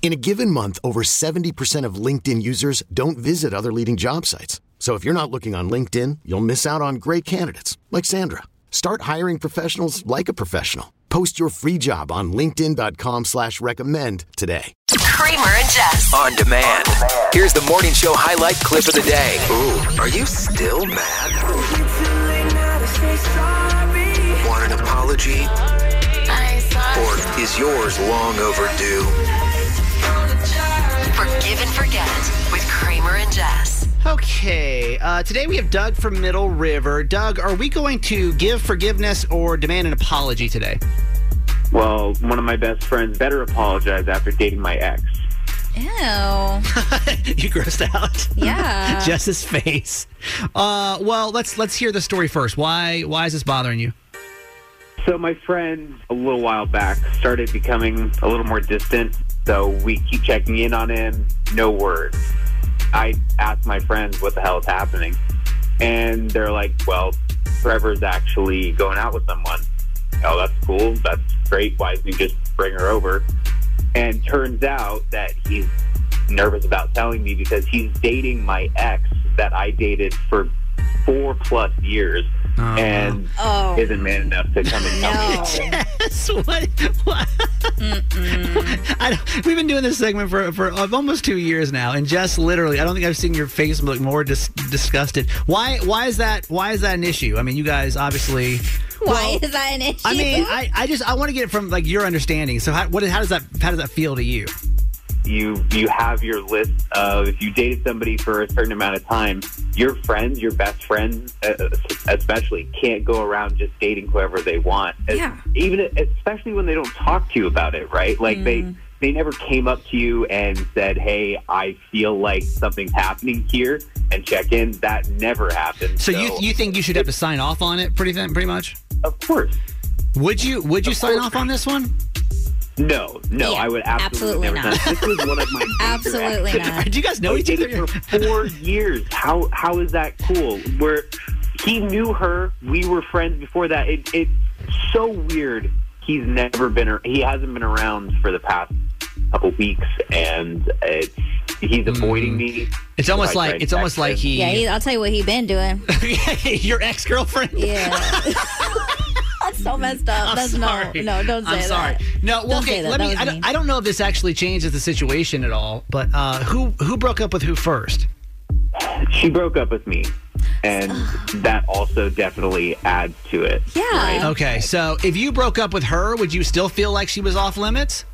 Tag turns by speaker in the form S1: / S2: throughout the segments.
S1: In a given month, over 70% of LinkedIn users don't visit other leading job sites. So if you're not looking on LinkedIn, you'll miss out on great candidates like Sandra. Start hiring professionals like a professional. Post your free job on LinkedIn.com slash recommend today.
S2: Kramer and Jess.
S3: On demand. Here's the morning show highlight clip of the day. Ooh, are you still mad? Want an apology?
S2: I
S3: Or
S2: saw
S3: is yours long overdue?
S2: Forgive and Forget with Kramer and Jess.
S4: Okay, uh, today we have Doug from Middle River. Doug, are we going to give forgiveness or demand an apology today?
S5: Well, one of my best friends better apologize after dating my ex.
S6: Ew.
S4: you grossed out.
S6: Yeah.
S4: Jess's face. Uh, well, let's let's hear the story first. Why why is this bothering you?
S5: So my friend, a little while back, started becoming a little more distant. So we keep checking in on him, no word. I ask my friends what the hell is happening, and they're like, "Well, Trevor's actually going out with someone." Oh, that's cool. That's great. Why didn't you just bring her over? And turns out that he's nervous about telling me because he's dating my ex that I dated for four plus years and
S6: Oh.
S5: isn't man enough to come and tell me.
S6: No.
S4: Yes, what? what? I don't- we've been doing this segment for, for uh, almost two years now, and Jess, literally, I don't think I've seen your face look more dis- disgusted. Why? Why is that? Why is that an issue? I mean, you guys obviously.
S6: Why
S4: Well,
S6: is that an issue?
S4: I mean, I, I just I want to get it from like your understanding. So how what how does that how does that feel to you?
S5: you you have your list of if you dated somebody for a certain amount of time, your friends, your best friends, uh, especially, can't go around just dating whoever they want.
S6: Yeah.
S5: Even e, especially when they don't talk to you about it, right? Like
S6: Mm.
S5: they they never came up to you and said, "Hey, I feel like something's happening here," and check in. That never happened.
S4: So, you you think you should have to sign off on it pretty thin, pretty much?
S5: of course.
S4: Would you would you sign
S5: course
S4: off on this one?
S5: No, no,
S6: Yeah,
S5: I would
S6: absolutely
S5: absolutely, never
S6: not.
S5: sign- This was one of my major
S6: Absolutely
S5: exes.
S6: not.
S4: Do you guys know
S5: We
S4: each
S5: did
S4: other?
S5: it for four years. How how is that cool? Where he knew her, we were friends before that. It, it's so weird. He's never been. ar- He hasn't been around for the past couple weeks, and it's he's avoiding
S6: Mm.
S5: me.
S4: It's almost
S5: If I
S4: like
S5: tried
S4: it's
S5: to
S4: almost
S5: text
S4: like
S5: him.
S4: he,
S6: yeah, he, I'll tell you what he been doing.
S4: your ex girlfriend.
S6: Yeah. That's so messed up. That's
S4: sorry.
S6: no, no, don't say
S4: I'm sorry.
S6: that.
S4: No, well,
S6: Don't say
S4: okay.
S6: that.
S4: Let
S6: That
S4: me.
S6: was
S4: I
S6: mean.
S4: don't, I don't know if this actually changes the situation at all. But uh, who who broke up with who first?
S5: She broke up with me, and that also definitely adds to it.
S6: Yeah.
S4: Okay, so if you broke up with her, would you still feel like she was off limits?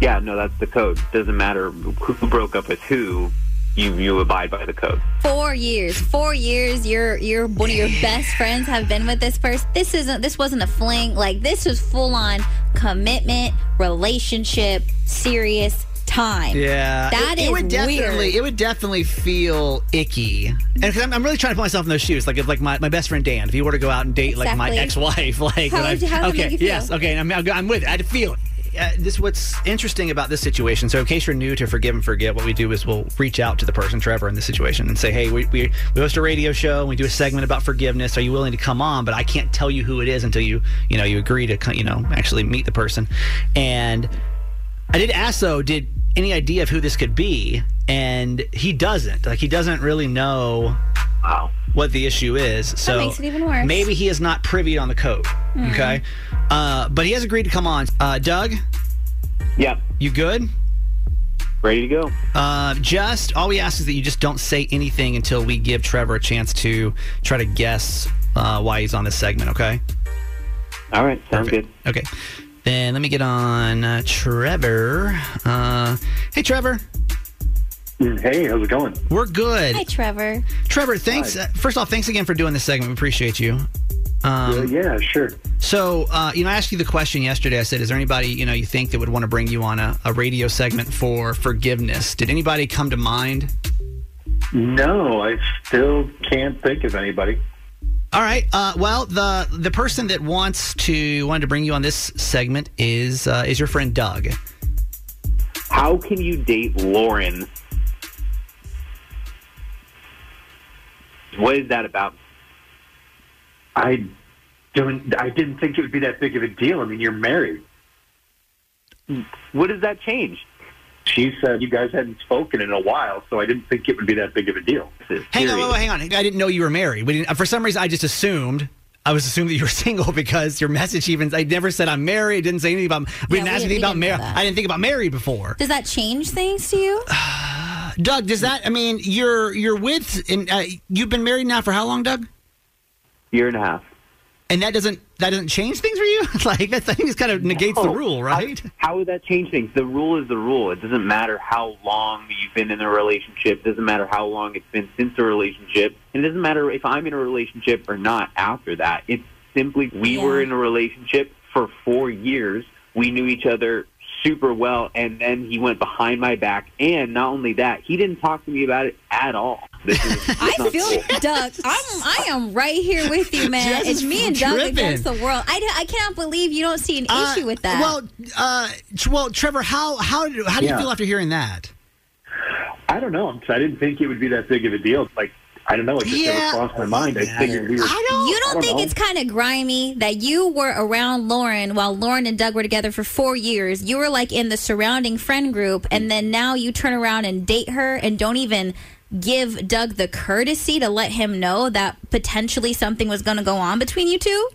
S5: Yeah, no, that's the code. Doesn't matter who broke up with who. You you abide by the code.
S6: Four years. Four years. Your your one of your best friends have been with this person. This isn't. This wasn't a fling. Like this was full on commitment, relationship, serious time.
S4: Yeah,
S6: That
S4: it, it
S6: is
S4: would definitely
S6: weird.
S4: it would definitely feel icky. And 'cause I'm, I'm really trying to put myself in those shoes. Like if like my, my best friend Dan, if he were to go out and date like my ex
S6: Exactly.
S4: wife, like
S6: How
S4: when I-
S6: would you- how would it
S4: okay,
S6: make you feel?
S4: yes, uh, okay, I'm I'm with it. I'd feel it. Uh, this what's interesting about this situation. So, in case you're new to Forgive and Forget, what we do is we'll reach out to the person, Trevor, in this situation, and say, "Hey, we, we, we host a radio show. And we do a segment about forgiveness. Are you willing to come on?" But I can't tell you who it is until you you know you agree to co- you know actually meet the person. And I did ask though, did any idea of who this could be? And he doesn't. Like he doesn't really know
S5: Wow.
S4: what the issue is. So
S6: makes it even worse.
S4: Maybe he is not privy on the code. Okay. Uh, but he has agreed to come on. Uh, Doug,
S5: Yep.
S4: you good?
S5: Ready to go.
S4: Uh, just all we ask is that you just don't say anything until we give Trevor a chance to try to guess uh, why he's on this segment. Okay.
S5: All right. Sounds
S4: Perfect.
S5: good.
S4: Okay. Then let me get on uh, Trevor. Uh, hey, Trevor.
S7: Mm, Hey, how's it going?
S4: We're good.
S6: Hi, Trevor.
S4: Trevor, thanks. Uh, first off, thanks again for doing this segment. We appreciate you. Um,
S7: Uh, yeah, sure.
S4: So, uh, you know, I asked you the question yesterday. I said, "Is there anybody you know you think that would want to bring you on a, a radio segment for forgiveness?" Did anybody come to mind?
S7: No, I still can't think of anybody.
S4: All right. Uh, well, the the person that wants to wanted to bring you on this segment is uh, is your friend Doug.
S5: How can you date Lauren? What is that about?
S7: I don't. I didn't think it would be that big of a deal. I mean, you're married.
S5: What does that change?
S7: She said you guys hadn't spoken in a while, so I didn't think it would be that big of a deal.
S4: Hang on, wait,
S5: Period.
S4: wait, hang on. I didn't know you were married. We didn't, uh, for some reason, I just assumed. I was assuming that you were single because your message even. I never said I'm married. Didn't say anything about. We
S6: Yeah,
S4: didn't ask
S6: we-
S4: anything
S6: we
S4: about
S6: didn't know
S4: marriage.
S6: that.
S4: I didn't think about married before.
S6: Does that change things to you?
S4: Doug, does that? I mean, you're you're with and uh, you've been married now for how long, Doug?
S5: Year and a half.
S4: And that doesn't that doesn't change things for you? like that thing just kind of negates the
S5: Oh,
S4: rule, right?
S5: I- how would that change things? The rule is the rule. It doesn't matter how long you've been in a relationship. Doesn't matter how long it's been since the relationship. And it doesn't matter if I'm in a relationship or not after that. It's simply we
S6: Yeah.
S5: were in a relationship for four years. We knew each other super well, and then he went behind my back. And not only that, he didn't talk to me about it at all. This is,
S6: I
S5: it's not
S6: feel
S5: cool.
S6: Doug. I'm I am right here with you, man.
S4: Jess
S6: it's
S4: is
S6: me and Doug
S4: tripping.
S6: against the world. I, d- I cannot believe you don't see an
S4: Uh,
S6: issue with that.
S4: Well, uh, t- well, Trevor, how how do how do
S7: Yeah.
S4: you feel after hearing that?
S7: I don't know. I'm- I didn't think it would be that big of a deal. Like I don't know. It just
S4: Yeah.
S7: never crossed my mind. I figured we were.
S4: I don't.
S6: you don't,
S7: I don't
S6: think
S7: know.
S6: it's kind of grimy that you were around Lauren while Lauren and Doug were together for four years. You were like in the surrounding friend group, and then now you turn around and date her and don't even give Doug the courtesy to let him know that potentially something was going to go on between you two.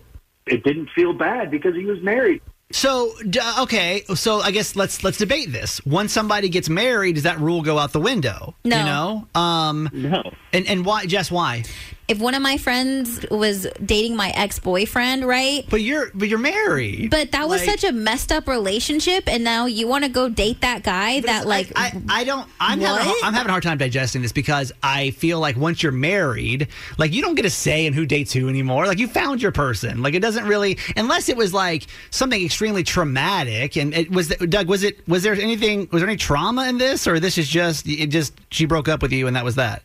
S7: It didn't feel bad because he was married.
S4: So d- okay, so I guess let's let's debate this. Once somebody gets married, does that rule go out the window? You
S6: No.
S4: know, um,
S5: No.
S4: and and why? Jess, why?
S6: If one of my friends was dating my ex boyfriend, right?
S4: But you're but you're married.
S6: But that was
S4: Like-
S6: such a messed up relationship, and now you want to go date that guy that like.
S4: I, I, I don't I'm having, a,
S6: What?
S4: I'm having a hard time digesting this because I feel like once you're married, like you don't get a say in who dates who anymore. Like you found your person. Like it doesn't really unless it was like something extremely traumatic and it was Doug was it was there anything was there any trauma in this or this is just it just she broke up with you and that was that.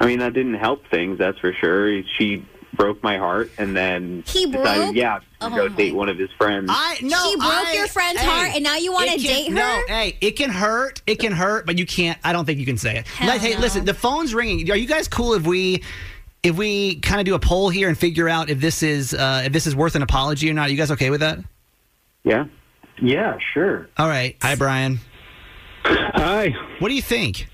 S5: I mean, that didn't help things, that's for sure. She broke my heart, and then
S6: He broke?
S5: decided, yeah, to
S6: Oh
S5: go
S6: my-
S5: date one of his friends.
S4: I no.
S6: She broke
S4: I-
S6: your friend's heart and now you wanna
S4: it can-
S6: date her?
S4: No, hey, it can hurt. It can hurt, but you can't. I don't think you can say it.
S6: Hell
S4: hey,
S6: no.
S4: listen, the phone's ringing. Are you guys cool if we? If we kind of do a poll here and figure out if this is uh, if this is worth an apology or not, are you guys okay with that?
S5: yeah.
S7: Yeah, sure.
S4: All right. Hi, Brian.
S8: Hi.
S4: What do you think?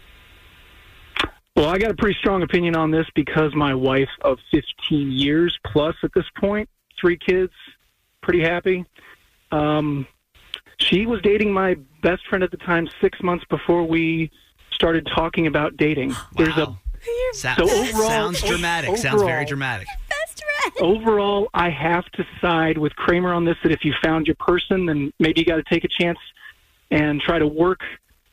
S8: Well, I got a pretty strong opinion on this because my wife of 15 years plus at this point, three kids, pretty happy. Um, she was dating my best friend at the time six months before we started talking about dating. There's a
S4: Wow. Sou-
S8: So overall-
S4: sounds dramatic. sounds very
S8: overall-
S4: dramatic.
S8: overall, I have to side with Kramer on this. That if you found your person, then maybe you got to take a chance and try to work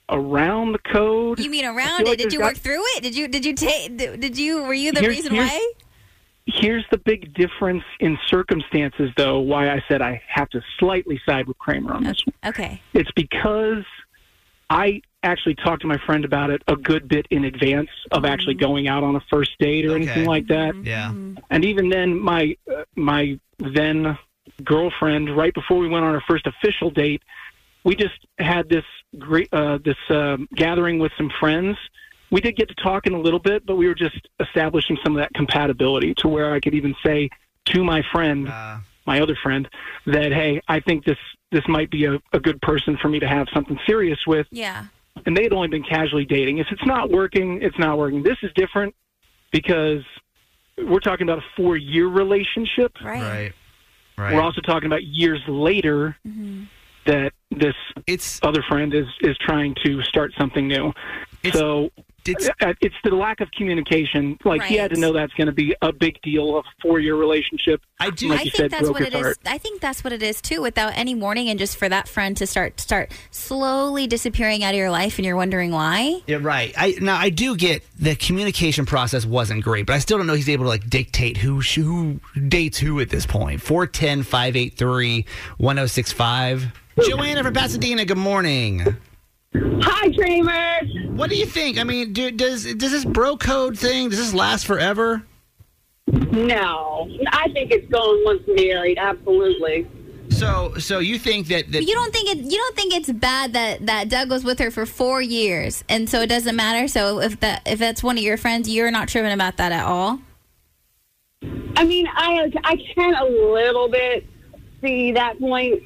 S8: around the code.
S6: you mean
S8: I
S6: around
S8: feel
S6: it?
S8: like
S6: Did
S8: there's
S6: you
S8: got-
S6: work through it? Did you did you take did you were you the
S8: Here's-
S6: reason
S8: here's-
S6: why?
S8: Here's the big difference in circumstances, though, why I said I have to slightly side with Kramer on this one.
S6: Okay.
S8: It's because I actually talked to my friend about it a good bit in advance of actually going out on a first date or
S4: Okay.
S8: anything like that.
S4: Yeah.
S6: Mm-hmm.
S8: And even then, my uh, my then girlfriend, right before we went on our first official date, we just had this great uh, this um gathering with some friends. We did get to talking a little bit, but we were just establishing some of that compatibility to where I could even say to my friend,
S4: Uh,
S8: my other friend, that hey, I think this this might be a, a good person for me to have something serious with
S6: Yeah.
S8: and they had only been casually dating. If it's not working, it's not working. This is different because we're talking about a four year relationship.
S6: Right.
S4: right. Right.
S8: We're also talking about years later that this
S4: it's
S8: other friend is, is trying to start something new.
S4: It's-
S8: so it's, it's the lack of communication. Like he had to know that's going to be a big deal of four year relationship. I do. Like
S6: I
S8: you
S6: think
S8: said,
S6: that's
S8: broke
S6: what
S8: his
S6: it is.
S8: heart.
S6: I think that's what it is too. Without any warning, and just for that friend to start start slowly disappearing out of your life, and you're wondering why.
S4: Yeah, right. I now I do get the communication process wasn't great, but I still don't know he's able to like dictate who sh- who dates who at this point. 410-583-1065. Joanna from Pasadena, good morning.
S9: Hi, dreamers.
S4: What do you think? I mean, do, does does this bro code thing does this last forever?
S9: No, I think it's going once married. Absolutely.
S4: So so you think that, that
S6: But you don't think it. You don't think it's bad that that Doug was with her for four years, and so it doesn't matter. So if that if that's one of your friends, you're not tripping about that at all.
S9: I mean, I I can a little bit see that point,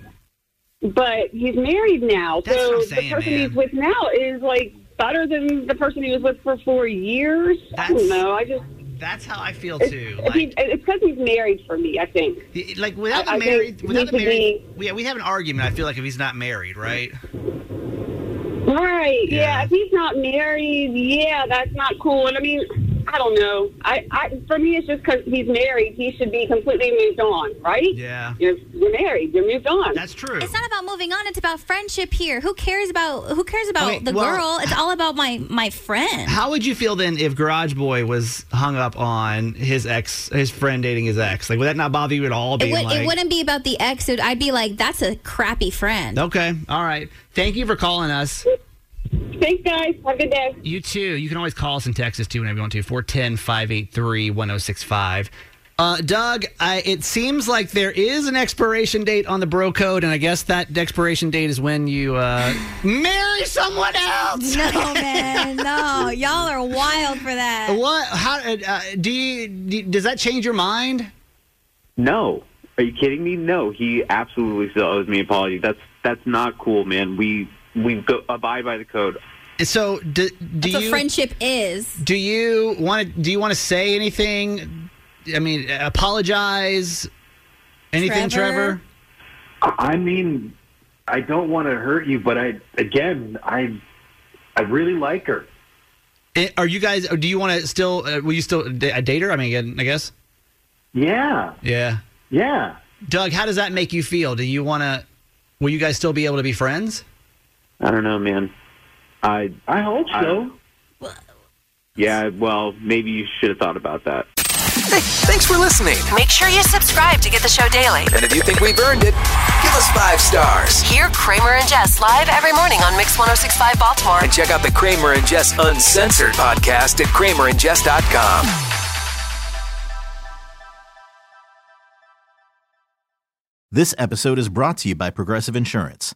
S9: but he's married now, so
S4: saying,
S9: the person
S4: man.
S9: he's with now is like better than the person he was with for four years. I
S4: That's-
S9: don't know. I just
S4: that's how I feel too.
S9: he- it's because he's married for me. I think.
S4: Like without
S9: I-
S4: the
S9: I
S4: married,
S9: think
S4: without
S9: he
S4: the
S9: should
S4: married, yeah, we have an argument. I feel like if he's not married, right?
S9: Right. Yeah. If he's not married, yeah, that's not cool. And I mean, I don't know. I, I for me, it's just because he's married, he should be completely moved on, right?
S4: Yeah.
S9: You're, you're married. You're moved on.
S4: That's true.
S6: It's not about moving on. It's about friendship here. Who cares about who cares about
S4: Okay,
S6: the
S4: well-
S6: girl? It's all about my my friend.
S4: How would you feel then if Garage Boy was hung up on his ex, his friend dating his ex? Like, would that not bother you at all?
S6: It,
S4: Being
S6: would,
S4: like,
S6: it wouldn't be about the ex. It, I'd be like, that's a crappy friend.
S4: Okay, all right. Thank you for calling us.
S9: Thanks, guys. Have a good day.
S4: You too. You can always call us in Texas too whenever you want to. 410 583 1065. Uh, Doug, I, it seems like there is an expiration date on the bro code, and I guess that expiration date is when you uh, marry someone else.
S6: No, man, no. Y'all are wild for that.
S4: What? How uh, do you? Do, does that change your mind?
S5: No. Are you kidding me? No, he absolutely still owes me an apology. That's that's not cool, man. We we go, abide by the code.
S4: So do, do
S6: That's what
S4: you?
S6: friendship is.
S4: Do you want to? Do you want to say anything? I mean, apologize. Anything, Trevor?
S6: Trevor?
S7: I mean, I don't want to hurt you, but I again, I I really like her.
S4: Eh, Are you guys? Do you want to still? Uh, will you still d- a dater? I mean, again, I guess.
S7: Yeah,
S4: Yeah.
S7: yeah.
S4: Doug, how does that make you feel? Do you want to? Will you guys still be able to be friends?
S5: I don't know, man. I
S7: I hope
S5: I-
S7: so.
S5: yeah. Well, maybe you should have thought about that.
S3: Th- thanks for listening.
S2: Make sure you subscribe to get the show daily.
S3: And if you think we've earned it, give us five stars.
S2: Hear Kramer and Jess live every morning on Mix 1065 Baltimore.
S3: And check out the Kramer and Jess Uncensored podcast at kramerandjess.com.
S10: This episode is brought to you by Progressive Insurance.